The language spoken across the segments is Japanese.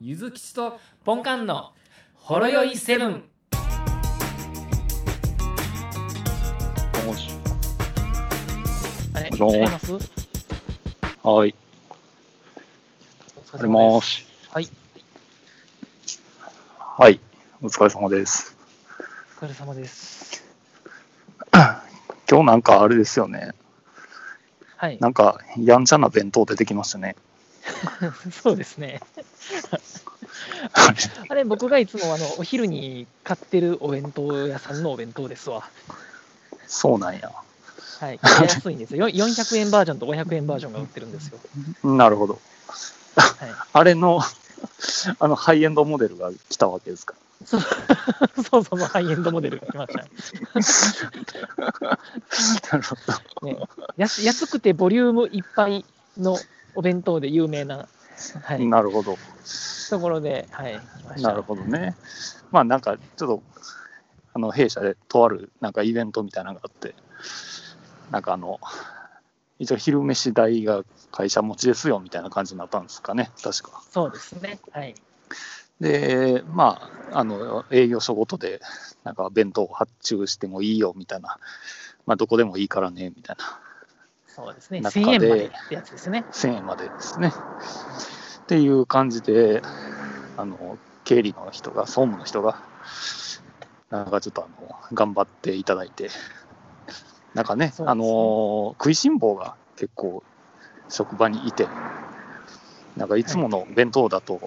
ゆずきちとポンカンのほろよいセブン。もしあれもしもーし違いますお疲はれい。あり様まですす。はい。はい。お疲れ様です。お疲れ様です。今日なんかあれですよね。はい。なんか、やんちゃな弁当出てきましたね。 そうですね。あれ、僕がいつもあのお昼に買ってるお弁当屋さんのお弁当ですわ。そうなんや。はい。安いんですよ。よ400円バージョンと500円バージョンが売ってるんですよ。なるほど。はあれの、あの、ハイエンドモデルが来たわけですか。い。 そうそう、ハイエンドモデル来ました。なるほど。ね、安安くてボリュームいっぱいのお弁当で有名な、はい、 なるほど。ところで、はい、来ましたなるほどね。まあ、なんか、ちょっと、あの、弊社でとある、なんかイベントみたいなのがあって、なんかあの、一応昼飯代が会社持ちですよみたいな感じになったんですかね、確か。そうですね。はい。で、まあ、あの営業所ごとで、なんか弁当を発注してもいいよみたいな、まあ、どこでもいいからねみたいな、そうですね。中1000円まででってやつですね。 1000円までですね。っていう感じで、あの経理の人が、総務の人が、なんかちょっとあの頑張っていただいて、なんかそうね、ですねあの食いしん坊が結構、職場にいて、なんかいつもの弁当だと、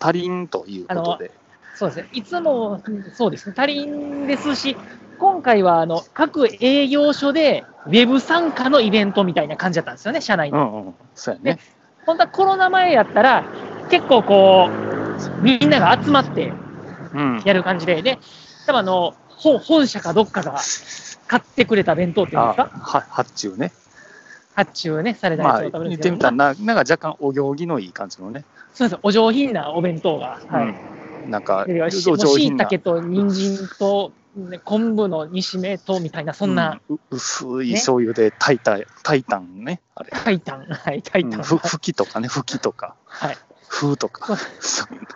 足りんということで。そうですね。いつも、そうですね。足りんですし、今回は、あの、各営業所で、ウェブ参加のイベントみたいな感じだったんですよね、社内うの。んうん、そうやね。本当はコロナ前やったら、結構こう、みんなが集まってうん、やる感じで、で、多分あの、本本社かどっかが買ってくれた弁当っていうんですあかは発注ね。発注ね、されたやまつをあ、食べるん言でっすけてど、みたらな、なんか若干お行儀のいい感じのね。そうですお上品なお弁当が。はい。うん、なんか、いやしもおうしいなたけと人参とね昆布の煮しめとみたいな、そんな、うんう薄いね醤油で炊いた、炊いたんね。あれ。タイタン、 はい、タイタうンんが、ふふきとかね、ふきとか、はい、ふうとか。はい。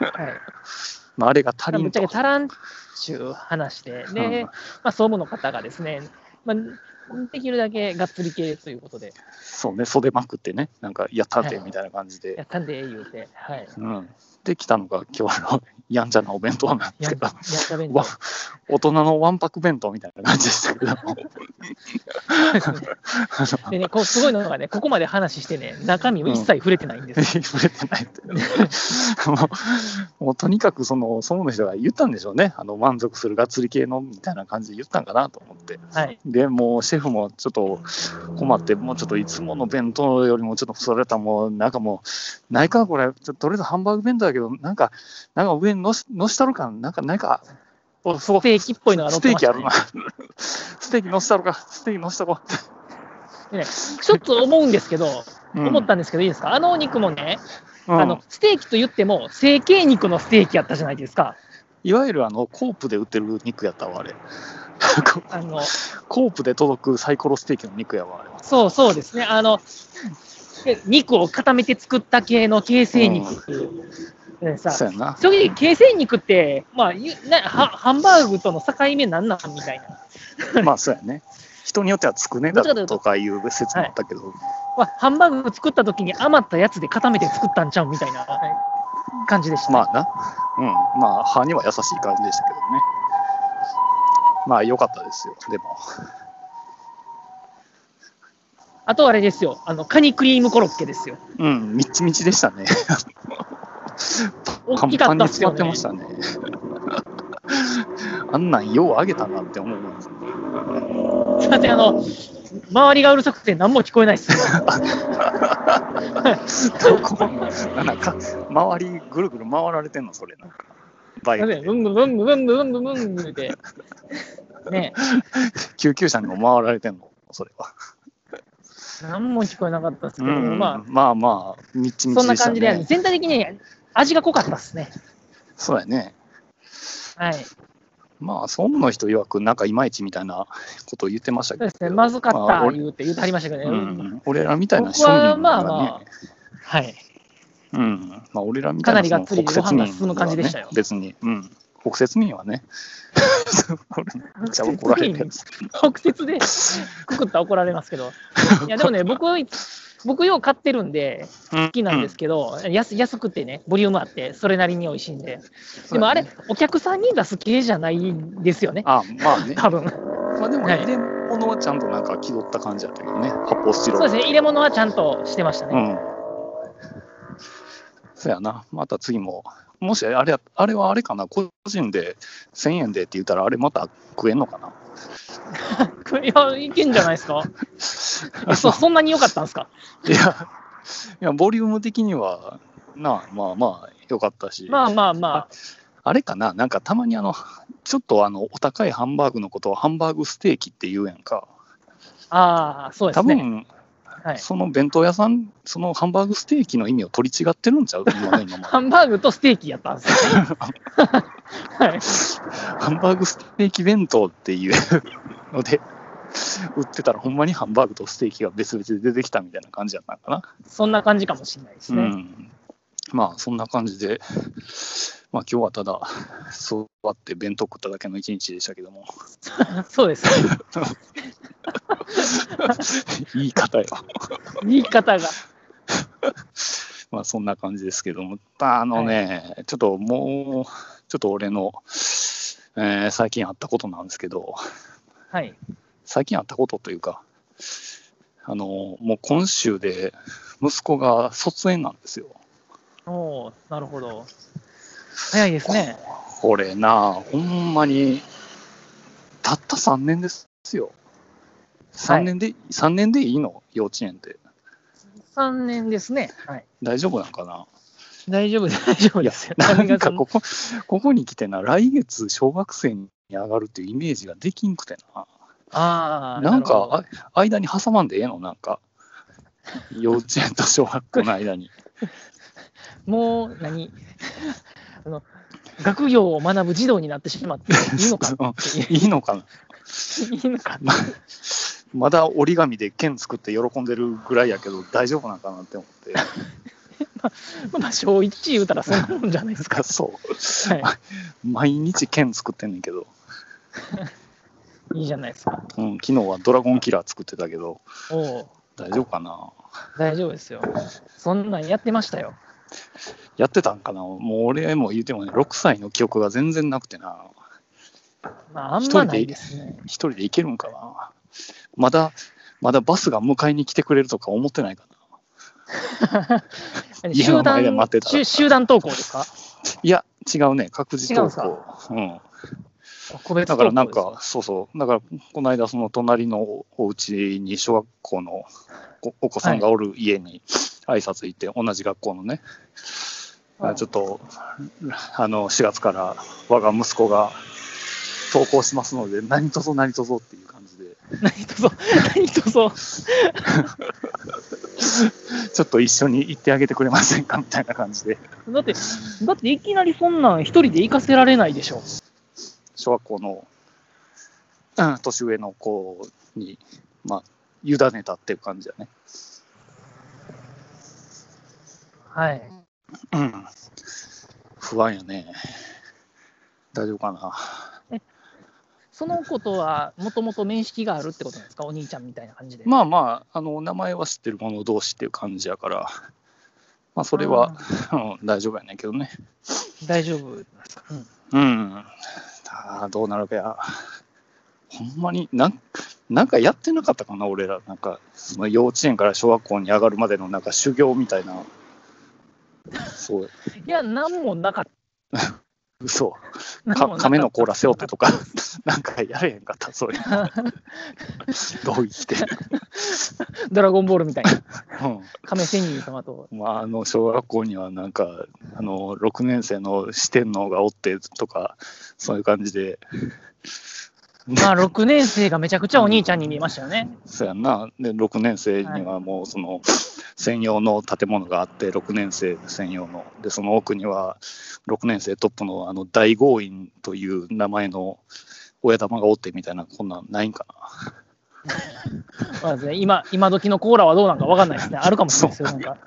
まあ、あれが足りぶっんちゃとけ。足らんちゅう話で、で、うんまあ、総務の方がですね、まあ、できるだけがっつり系ということで、そうね、袖まくってね、なんか、やったてはいみたいな感じで。やったんでええ言うて、はい。うん。で、来たのが、今日の、 やんじゃなお弁当なんでやすんけやどっ。た弁当わ大人のわんぱく弁当みたいな感じでしたけど。 でね、こうすごいのがね、ここまで話してね、中身を一切触れてないんですよ。触れてないって もうもうとにかくその総務の人が言ったんでしょうねあの満足するがっつり系のみたいな感じで言ったんかなと思ってはい。でもうシェフもちょっと困ってもうちょっといつもの弁当よりもちょっとそれたもうなんかもうないかこれちょっととりあえずハンバーグ弁当だけどなんかなんか上にのしのしたろかなんかないかおそうステーキっぽいのが乗スっテてーまキしあたるねな ステーキのしたろかステーキのしたろか、でねちょっと思うんですけど、うん思ったんですけど、いいですか、あのお肉もね、うんあのステーキと言っても、成形肉のステーキやったじゃないですか。いわゆるあのコープで売ってる肉やったわあれあのコープで届くサイコロステーキの肉やわ、あれは。そうそうですね、あので肉を固めて作った系の形成肉っていう、でさそうやな。正直、形成肉って、まあ、ゆなはハンバーグとの境目なんなんみたいな、まあ、そうやね。人によってはつくねだとかいう説もあったけど、まあ、ハンバーグ作った時に余ったやつで固めて作ったんちゃうみたいな感じでした。まあな。うん。まあ、歯には優しい感じでしたけどね。まあ、良かったですよ。でも。あとあれですよ、あのカニクリームコロッケですよ。うん、みっちみちでしたね。大きかパっンたっパンにすよ使っね。てましたね。 あんなんようあげたなって思うんですよすいません、あの、周りがうるさくて何も聞こえないです。どこなんか、周りぐるぐる回られてんの、それなんか。バイクでブンブンブンブンブンブンブンブンって。ね救急車にも回られてんの、それは。何も聞こえなかったですけうど、ん、ままあまあ、みっちあ、みそんちなでした感じで、ね。全体的に味が濃かったですね。そうやね。はい。そまあ、総務の人曰く、なんかいまいちみたいなことを言ってましたうでけすね、ど。まずかっまあた俺言うて言うてはりましたけどね。うん、俺らみたいな僕はまあがまあ、はい。ううん。まあ、俺らみたいなかなりがっつりそのご飯が進む感じでしたよはね別に、うん。北節民はね、 俺めっちゃ怒られてる。直接でくくったら怒られますけど。いや、でもね、僕、僕よう買ってるんで、好好きなんですけど、安安くてね、ボリュームあって、それなりに美味しいんで。でもあれ、お客さんに出す系じゃないんですよね。あ、ま あね。多分。まあでも、はい入れ物はちゃんとなんか気取った感じだったけどね。発泡スチロそうーでル。すね、入れ物はちゃんとしてましたうね。ん。そやな。また次も。もしあれや、あれはあれかな。個人で1000円でって言ったら、あれまた食えんのかな。 いや、いけんじゃないで すか。えそそんなに良かったんですか。いや、いやボリューム的には、なあ、まあまあ、良かったし。まあまあまあれかな、なんかたまにあの、ちょっとあの、お高いハンバーグのことをハンバーグステーキって言うやんか。あ、ああ、そうで多すね。分、はい、その弁当屋さん、そのハンバーグステーキの意味を取り違ってるんちゃう今の今までハンバーグとステーキやったんです よね。はい、ハンバーグステーキ弁当っていう ので、売ってたらほんまにハンバーグとステーキが別々で出てきたみたいな感じやったんかな。そんな感じかもしれないですうね。ん。まあ、そんな感じで、まあ今日はただ、座って弁当食っただけの一日でしたけども、 そうですね。言い方よ。言い方が。まあそんな感じですけども、ああのね、ちょっともう、ちょっと俺の、えー最近あったことなんですけど、はい。最近あったことというか、あの、もう今週で息子が卒園なんですよ。おお、なるほど。早いですね。これなあ、ほんまに、たった3年ですよ。3年で、三年でいいの幼稚園って。三年ですね。はい。大丈夫なんかな大丈夫です、大丈夫ですよ。なんかそのここ、ここに来てな、来月小学生に上がるっていうイメージができんくてな。ああ、なんるほどか、あ間に挟まんでええのなんか。幼稚園と小学校の間に。もう何 あの学業を学ぶ児童になってしまっていい のかっていういいのかな言うの かまだ折り紙で剣作って喜んでるぐらいやけど、大丈夫なんかなって思って。まあ、小1言うたらそんなもんじゃないです か。がそう。は毎日剣作ってんねんけど、い、いいじゃないですか。うん、昨日はドラゴンキラー作ってたけど、おう大丈夫かな大丈夫ですよ。そんなんやってましたよ。やってたんかなもう俺も言うてもね、6歳の記憶が全然なくてな。まあ、あんまないですね。一人で行けるんかなまだ、まだバスが迎えに来てくれるとか思ってないかな家集の前団で待ってた集ら集団登校ですかいや、違うね、各自登違校。うん、個別登校だからなんでか、そうそう、だからこの間、その隣のおお家に小学校のおお子さんがおる家に挨拶行って、同じ学校のね、すかあちょっとあの4月から我が息子が登校しますので、何とぞ何とぞっていう感じで、何とぞ、 何とぞ、ちょっと一緒に行ってあげてくれませんかみたいな感じで、だって、だっていきなりそんなん一人で行かせられないでしょ。小学校の、うん、年上の子に、まあ、委ねたっていう感じだね。はい。うん不安やね。大丈夫かな。その子とは、もともと面識があるってことなんですか、お兄ちゃんみたいな感じで。まあまあ、あの、名前は知ってる者同士っていう感じやから、まあ、それは、うん、大丈夫やねんけどね。大丈夫ですか、うんうん。ああ、どうなるかや。ほんまになん、なんかやってなかったかな、俺ら。なんか、その幼稚園から小学校に上がるまでの、なんか修行みたいな。そう、いや、なんもなかっ嘘。た。か亀の甲羅背負ってたとか、 なんかやれへんかった、 そういうの。どう生きて。ドラゴンボールみたいな。うん。亀仙人様と。 まあ、あの小学校にはなんかあの6年生の四天王がおってとかそういう感じでまあ、6年生がめちゃくちゃお兄ちゃんに見えましたよね。そうやんなで6年生にはもうその専用の建物があって6年生専用のでその奥には6年生トップのあの大豪院という名前の親玉がおってみたいなこんなんないん かなまあですね今、今時のコーラはどうなんかわかんないですね。あるかもしれないですよ、なんか。はい。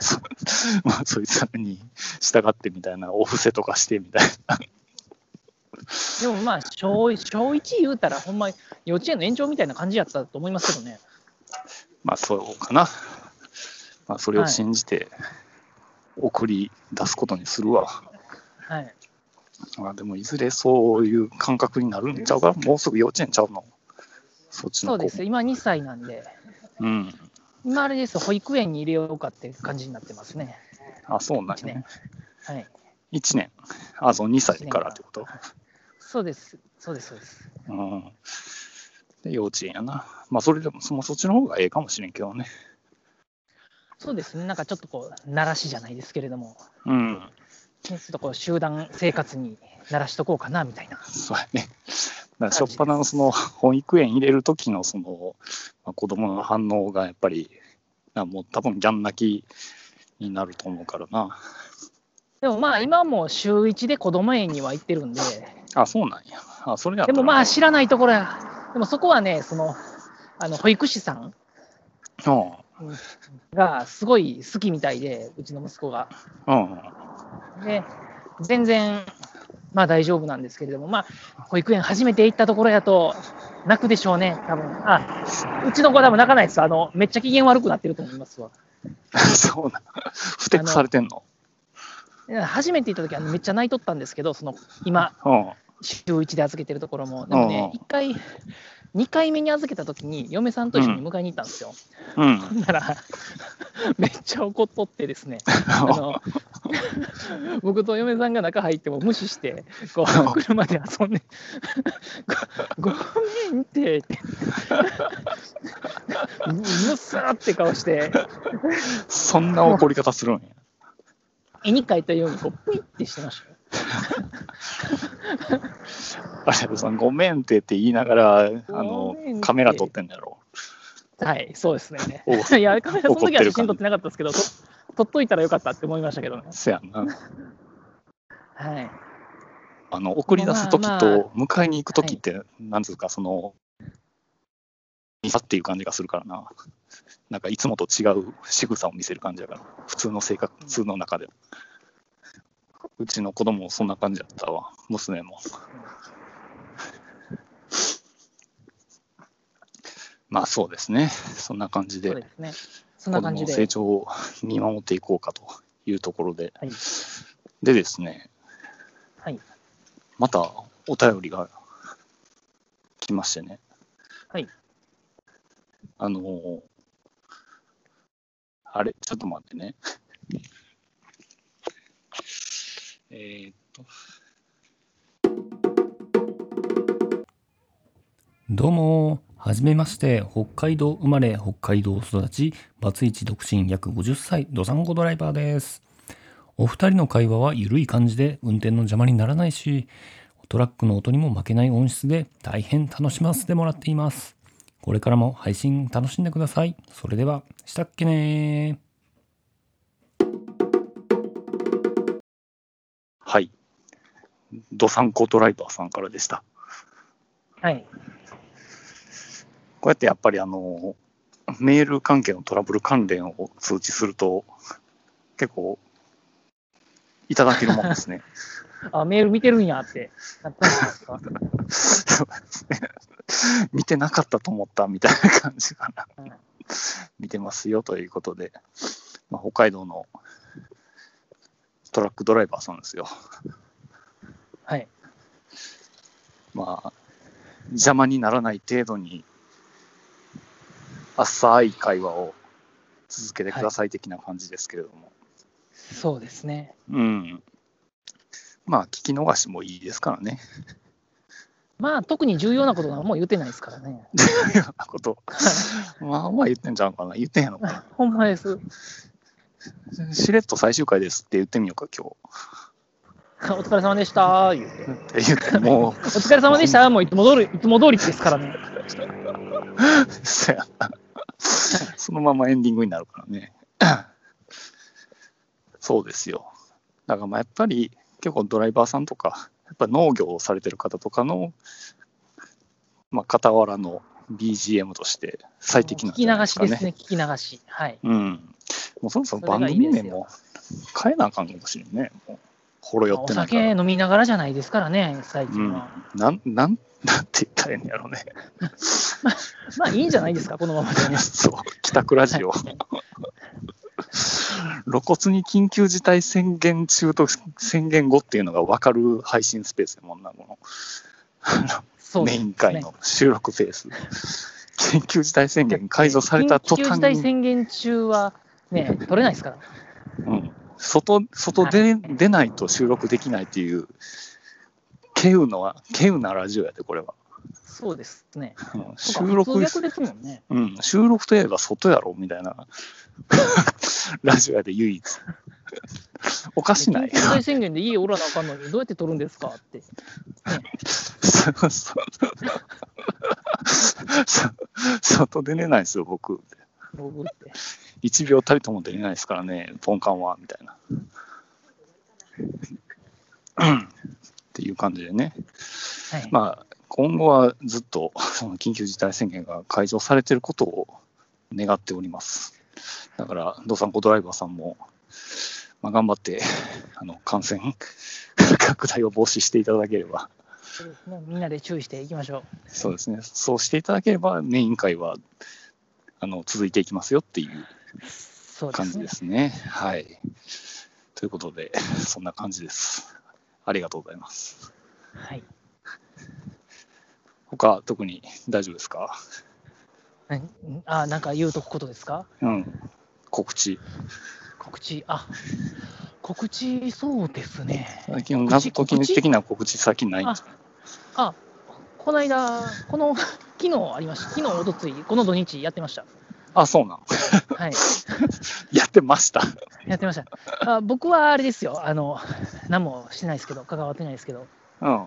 そまあ、そいつらに従ってみたいな、お布施とかしてみたいな。でもまあ、小一小一言うたら、ほんま、幼稚園の延長みたいな感じやったと思いますけどね。まあ、そうかな。まあ、それを信じて、送り出すことにするわ。はい。まあ、でも、いずれそういう感覚になるんちゃうかもうすぐ幼稚園ちゃうの。そっちそのう子もです。今2歳なんで、うん。今あれです、保育園に入れようかって感じになってますね。あ、そうなんや一年ね。はい。 1年。あ、そう、2歳からってこと。そうです。そうです。そうです。うん。で、幼稚園やな。まあ、それでも、そのそっちの方がええかもしれんけどね。そうですね。なんかちょっとこう、慣らしじゃないですけれども、うん。ちょっとこう、集団生活に慣らしとこうかな、みたいな。そうやね。だから、初っ端のその、保育園入れる時の、その、まあ、子供の反応がやっぱり、あもう多分ギャン泣きになると思うからな。でもまあ、今も週1で子供園には行ってるんで、あ、そうなんや。あ、それやったでらもまあ、知らないところや。でもそこはね、その、あの保育士さんうん。がすごい好きみたいで、うちの息子が。うん。 で、全然、まあ大丈夫なんですけれども、まあ、保育園初めて行ったところやと、泣くでしょうね、多分あ、うちの子は多分泣かないです。あの、めっちゃ機嫌悪くなってると思いますわ。そうなん。ふてくされてんの。いや初めて行った時はめっちゃ泣いとったんですけど、その、今、うん。週1で預けてるところも。でもね、うん1回、2回目に預けた時に、嫁さんと一緒に迎えに行ったんですよ。うん。 なら、めっちゃ怒っとってですね、あの 僕と嫁さんが中入っても無視して、こう車で遊んで、 ごごめんって、 ってむむすーって顔して、そんな怒り方するんや。絵に描いたようにこう、ぷいってしてましたよ。あれ、そのごめんってって言いながら、あごのめんって、カメラ撮ってんだろ。はい、そうですね。おいや、カメラその時は写真撮怒っっててなかったですけど、と撮っといたらよかったって思いましたけどね。 せやんな。はい、あの、送り出す時まあまと、迎えに行く時って、なんつうか、その、見さっていう感じがするからな。 なんか、いつもと違う仕草を見せる感じだから、普通の性格、普通の中で。うちの子供もそんな感じだったわ、娘も。まあそうですね、そんな感じでそう。ですね。そんな感じ子供ので。成長を見守っていこうかというところで、はいでですね、はいまたお便りが来ましてね、はいあのーあれ、ちょっと待ってね。 えーっと、どうも、はじめまして、北海道生まれ、北海道育ち、バツイチ独身約50歳、ドサンコドライバーです。お二人の会話はゆるい感じで、運転の邪魔にならないし、トラックの音にも負けない音質で、大変楽しませてもらっています。これからも配信楽しんでください。それでは、したっけねー。はい。ドサンコドライバーさんからでした。はい。こうやってやっぱりあの、メール関係のトラブル関連を通知すると、結構、いただけるもんですね。あ、メール見てるんやってなったんです か。見てなかったと思ったみたいな感じかなうん。見てますよということで、まあ、北海道のトラックドライバーさんですよ。はい。まあ、邪魔にならない程度に、浅い会話を続けてください的な感じですけれども。そうですね。うん。まあ、聞き逃しもいいですからね。 まあ、特に重要なことはもう言ってないですからね。 そんなこと。まあまあ言ってんじゃんかな。言ってへんのか。ほんまです。しれっと最終回ですって言ってみようか、今お疲れ様でした。言うて日。って言って、もお疲れ様でした。もういつも通り、いつも通りですからね。う、 そやなそのままエンディングになるからね。 そうですよ。だからまあやっぱり、結構ドライバーさんとか、やっぱ農業をされてる方とかの、まあ、傍らの BGM として最適なん聞きじゃな流いですしかでねす。ね。聞き流し。はい。うん。もうそろそそろれ番がいい組です名よも変えなあかんかもしれんね。もうほろ酔っおてないか酒ら。飲みながらじゃないですからね、最近は。なん、なん、 なんて言ったらいいんやろうね。 まあいいんじゃないですか、このままで。 そう、北区ラジオ。 露骨に緊急事態宣言中と宣言後っていうのが分かる配信スペースやもんな、こそのうでメすイねン会の収録ペース。緊急事態宣言解除された途緊急事態端に、宣言中は、ね、取れないですから。うん、外外で出ないと収録できないっていう、稀有のは、稀有なラジオやで、これは。そうですね。うんそう収か録普通逆ですもんね。うん、収録といえば外やろみたいな ラジオやで唯一おかしない 緊急事態宣言で家おらなあかんのに、どうやって取るんですかって。そうそうそ外出れないですよ僕僕って。 1秒たりとも出れないですからねポンカンはみたいなうんっていう感じでねはい。まあ今後はずっと その緊急事態宣言が解除されてることを願っております。だから、ドサンコドライバーさんも、まあ、頑張って あの感染 拡大を防止していただければ、そうですねみんなで注意していきましょう。そうですね、そうしていただければ、メイン会はあの続いていきますよっていうそうで感すじねで。すね。はい。ということで、そんな感じです。ありがとうございます。はい。他特に大丈夫ですかうんあ、なんか言うとくことですかうん。告知。告知、あ、告知、そうですね。最近、告知謎解き的な告知先ないんですかあ、この間、この、 昨日ありました。昨日、おとつい、この土日やってました。あ、そう なの。はい。やってました。やってました。あ僕はあれですよ。あの、何もしてないですけど、関わってないですけど、うん。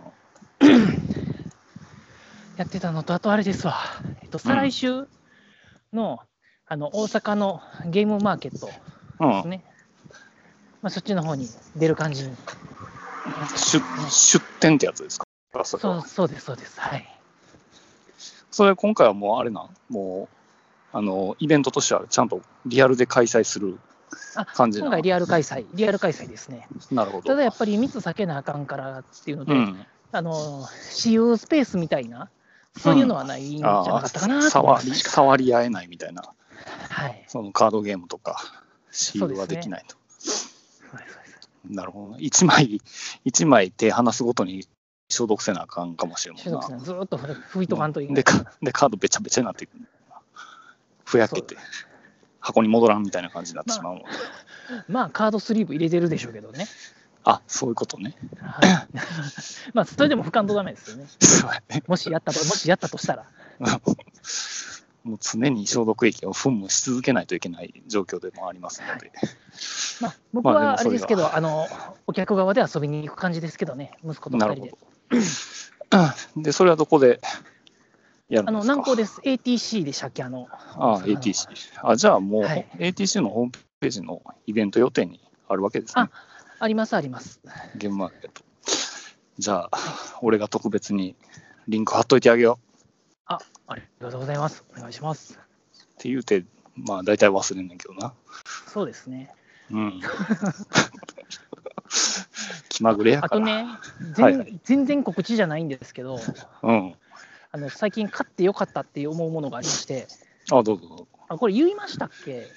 やってたのと、あとあれですわ。えっと、再来週の、あの、大阪のゲームマーケットでうんす。ね。まあ、そっちの方に出る感じに。出出店ってやつですかそれそはう、そうです、そうです。はい。それ今回はもうあれなんもうあのイベントとしてはちゃんとリアルで開催するあ感じな今の回リアル開催、リアル開催ですね。なるほどただやっぱり密避けなあかんからっていうので、うんあの、私有スペースみたいな、そういうのはないんじゃなあかあったかなと思いま触すり触り合えないみたいなはい。そのカードゲームとかシールそはうですでねきないと、そうですそうですなるほど一枚一枚手離すごとに消毒せなあかんかもしれんもん所属なさん、ずーっと拭いとかんといでか でカードべちゃべちゃになっていくふやけて箱に戻らんみたいな感じになってしまうもん、まあ、カードスリーブ入れてるでしょうけどね。あそういうことね はい、まあ、それでも拭かんとダメですよね。そうやねもしやったと、もしやったとした ら。もう常に消毒液を噴霧し続けないといけない状況でもありますので、まあ、僕まあでもはあそれれではすけど、あの、お客側で遊びに行く感じですけどね、息子とな二る人ほでど。。で、それはどこでやるあんでの、すか南港です。ATC でしたっけ、あの、ああ、ATC。あ、じゃあもう、はい ATC のホームページのイベント予定にあるわけですねあ。あります、あります。ゲームマーケット。じゃあ、俺が特別にリンク貼っといてあげようあ、ありがとうございます。お願いします。って言うて、まあ大体忘れんねんけどな。そうですね。うん。気まぐれやあかとら。ね、は全いはい全然告知じゃないんですけど、うん。あの最近買ってよかったって思うものがありまして、あ、どうぞどうぞ。あこれ言いましたっけ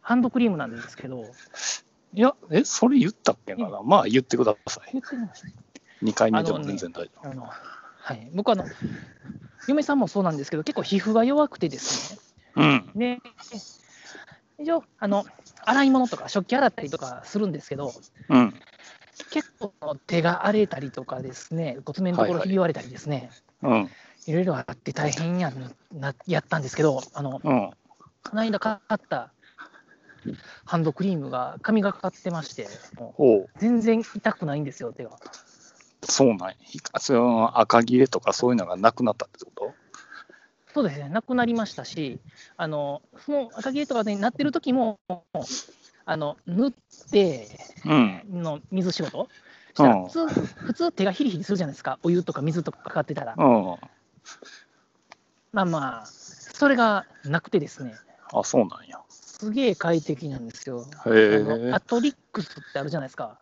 ハンドクリームなんですけど、いや、え、それ言ったっけかなまあ言ってください。言ってます2回目でも全然大丈あの、はい、僕あの、嫁さんもそうなんですけど、結構皮膚が弱くてです夫。うん。ね、で、一応、あの、洗い物とか食器洗ったりとかするんですけど、うん。結構手が荒れたりとかですね、骨面のところひび割れたりですね、うん。いろいろあって大変やんなやったんですけど、あの、うん。この間買ったハンドクリームが、髪がかかってまして、もうおう全然痛くないんですよ、手が。そうなんや。その赤切れとかそういうのがなくなったってこそうですね、なくなりましたし、あのその赤毛とかになってる時も、あの縫ってとうん。の水仕事したらうん普通、普通手がヒリヒリするじゃないですか、お湯とか水とかかかってたら。うん。まあまあ、それがなくてですね、あ、そうなんや。すげえ快適なんですよ。へあえのアトリックスってあるじゃないですか。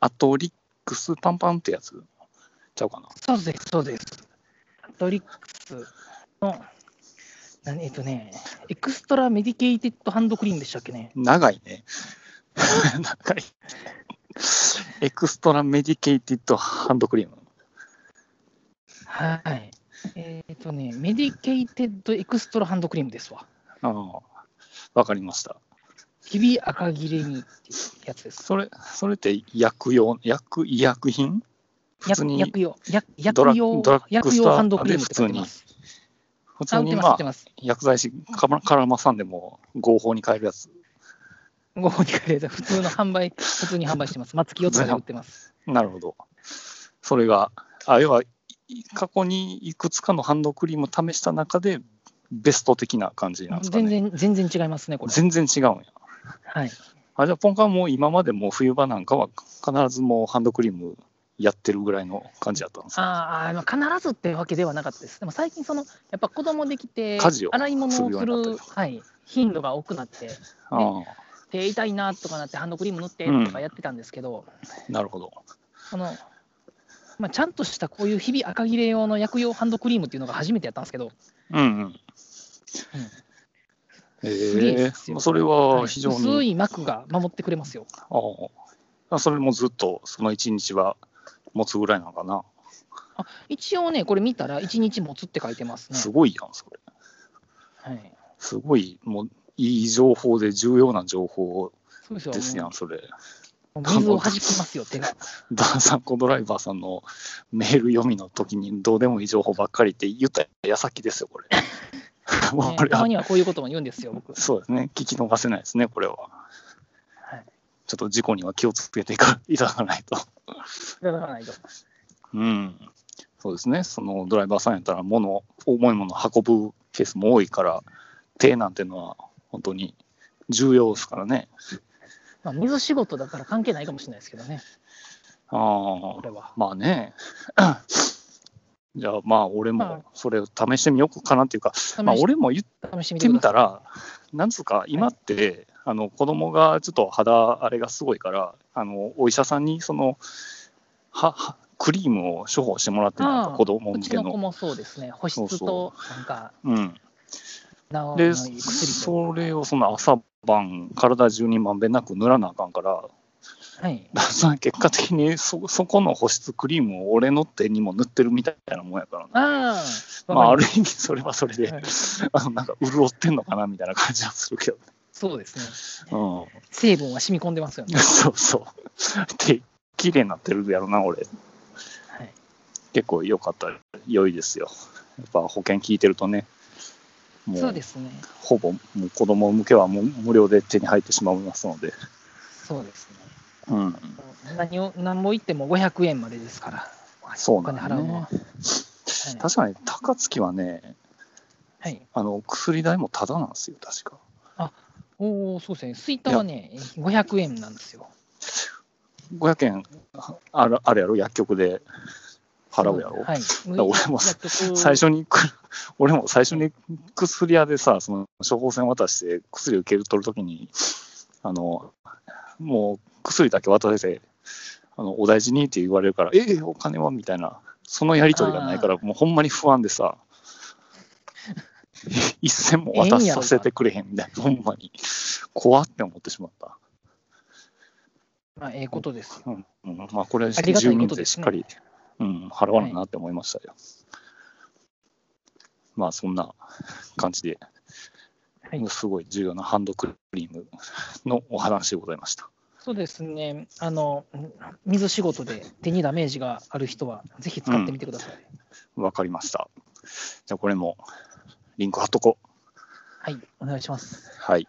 アトリックスパンパンってやつちゃうかなそうです、そうです。アトリックスの、何えっとね、エクストラメディケイテッドハンドクリームでしたっけね。長いね 長いエクストラメディケイティッドハンドクリームはい。えっとね、メディケイテッドエクストラハンドクリームですわ。ああわかりました日々赤切れにっていうやつです。それそれって薬用薬医薬品普通に薬用、薬ドラ薬用ドラッ、グ薬ス用トアハンドクリームって書いてます。普あ、通売ってにます、売っまてあます。薬剤師かまからまさんでも合法に買えるやつご本人から普通の販売、普通に販売してます。松木4つで売って ます。なるほどそれがあ要はい過去にいくつかのハンドクリームを試した中でベスト的な感じなんですか全ね然、全然違いますね、これ。全然違うんやはい。あじゃあポンカンもう今までもう冬場なんかは必ずもうハンドクリームやってるぐらいの感じだったんですかあーあー、まあ必ずってわけではなかったです。でも最近、その、やっぱ子供できて、家事を洗い物をすするようになる、はい、頻度が多くなって、ああ手痛いなとかなって、ハンドクリーム塗ってとかやってたんですけど、なるほどその、まあ、ちゃんとしたこういう日々赤切れ用の薬用ハンドクリームっていうのが初めてやったんですけど、うんうんえすげええですよそれははい非常に、薄い膜が守ってくれますよ。ああそれもずっとその1日は持つぐらいなのかな、一応ね、これ見たら、1日持つって書いてますね。すごいやんそれはい、すごいもういい情報で重要な情報そうですよ。ですやんそれ もう水を弾きますよ、手が。ダンサンコドライバーさんのメール読みの時にどうでもいい情報ばっかりって言った矢先ですよこ れもうねこれたはまにはこういうことも言うんですよ、僕。そうですね聞き逃せないですねこれは、はいちょっと事故には気をつけていかいただかないとだからないと。うん、そうですね、そのドライバーさんやったら、物、重いものを運ぶケースも多いから、手なんてのは本当に重要ですからね。まあ、水仕事だから関係ないかもしれないですけどね、あこあれは。まあね。 じゃあまあ俺まもそれを試してみようかなっていうか、まあ、俺も言っ試してみててくみださたい。ら、なんつうか今って、あの子供がちょっと肌荒れがすごいから、あのお医者さんにそのははクリームを処方してもらってるんかああ子供う向ちけのの。子もそうですね、保湿となんか、うん、治るで、薬と。それをその朝晩、体中にまんべんなく塗らなあかんから、 はい、その結果的にそそこの保湿クリームを俺の手にも塗ってるみたいなもんやからな。ああ、まあ、あわかりる意味、それはそれで、はいあの なんか潤ってんのかなみたいな感じはするけど、そうですね。ね、成分は染み込んでますよねう。ん、 そうそう、手、綺麗になってるやろな、俺、はい、結構良かった、良いですよ、やっぱ保険聞いてるとね、もそううですね。ほぼもう子供向けはもう無料で手に入ってしまいますので、そうですね。うん、何を何も言っても500円までですから、そうおなん金だ払うのは。ねは。確かに高槻はねい、はい、あの薬代もタダなんですよ確かおお、そうですね。スイタはね、500円なんですよ。 500円あるあるやろ薬局で払うやろ、はい。ら俺も薬局 最初にく俺も最初に薬屋でさその処方箋渡して薬受け取るときにあのもう薬だけ渡せてあのお大事にって言われるからええお金はみたいなそのやり取りがないからもうほんまに不安でさ一銭も渡させてくれへんみたいなほんまに怖って思ってしまった。まあ、ええことですよ。うんうん、まあこれありがた住いこ民と税ですしっねかり、うん、払わななって思いましたよ。まあそんな感じで、はいすごい重要なハンドクリームのお話でございました。そうですね。あの、ん水仕事で手にダメージがある人は、ぜひ使ってみてください。わかりました。じゃあこれもリンク貼っとこう。はい、お願いします。はい。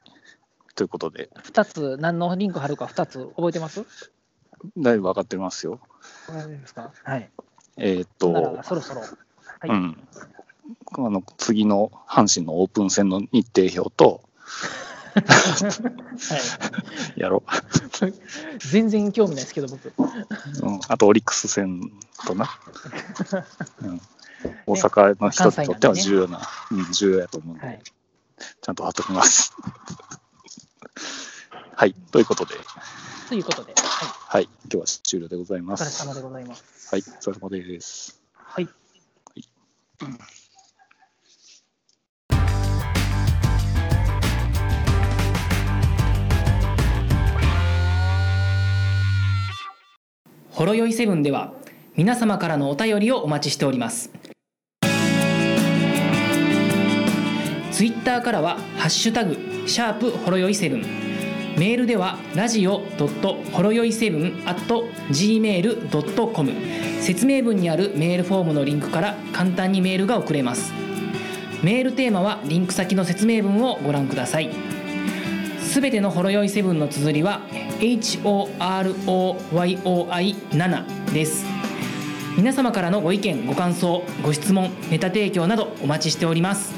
ということで、 2つ、何のリンク貼るか2つ覚えてますだいぶ分かってますよ。覚えてますかはい。えーっほんなとら、そろそろ。はいうん。あの次の阪神のオープン戦の日程表と、はやろい。全然興味ないですけど、僕。う、うん、あとオリックス戦 とな、うん、大阪の人にとっては重要な、うん、重要やと思うんで、はい。ちゃんと貼っときます。はい、ということで、ということで、はい、はい、今日は終了でございおま疲れす。様でございます。はい、お疲れ様です。はい。ほろよいセブンでは皆様からのお便りをお待ちしておりますツイッターからは「ハッシュタグシャープほろよいセブン」メールではラジオドットほろよいセブン at gmail.com 説明文にあるメールフォームのリンクから簡単にメールが送れますメールテーマはリンク先の説明文をご覧くださいすべてのほろ酔いセブンの綴りは HOROYOI7 です皆様からのご意見ご感想ご質問ネタ提供などお待ちしております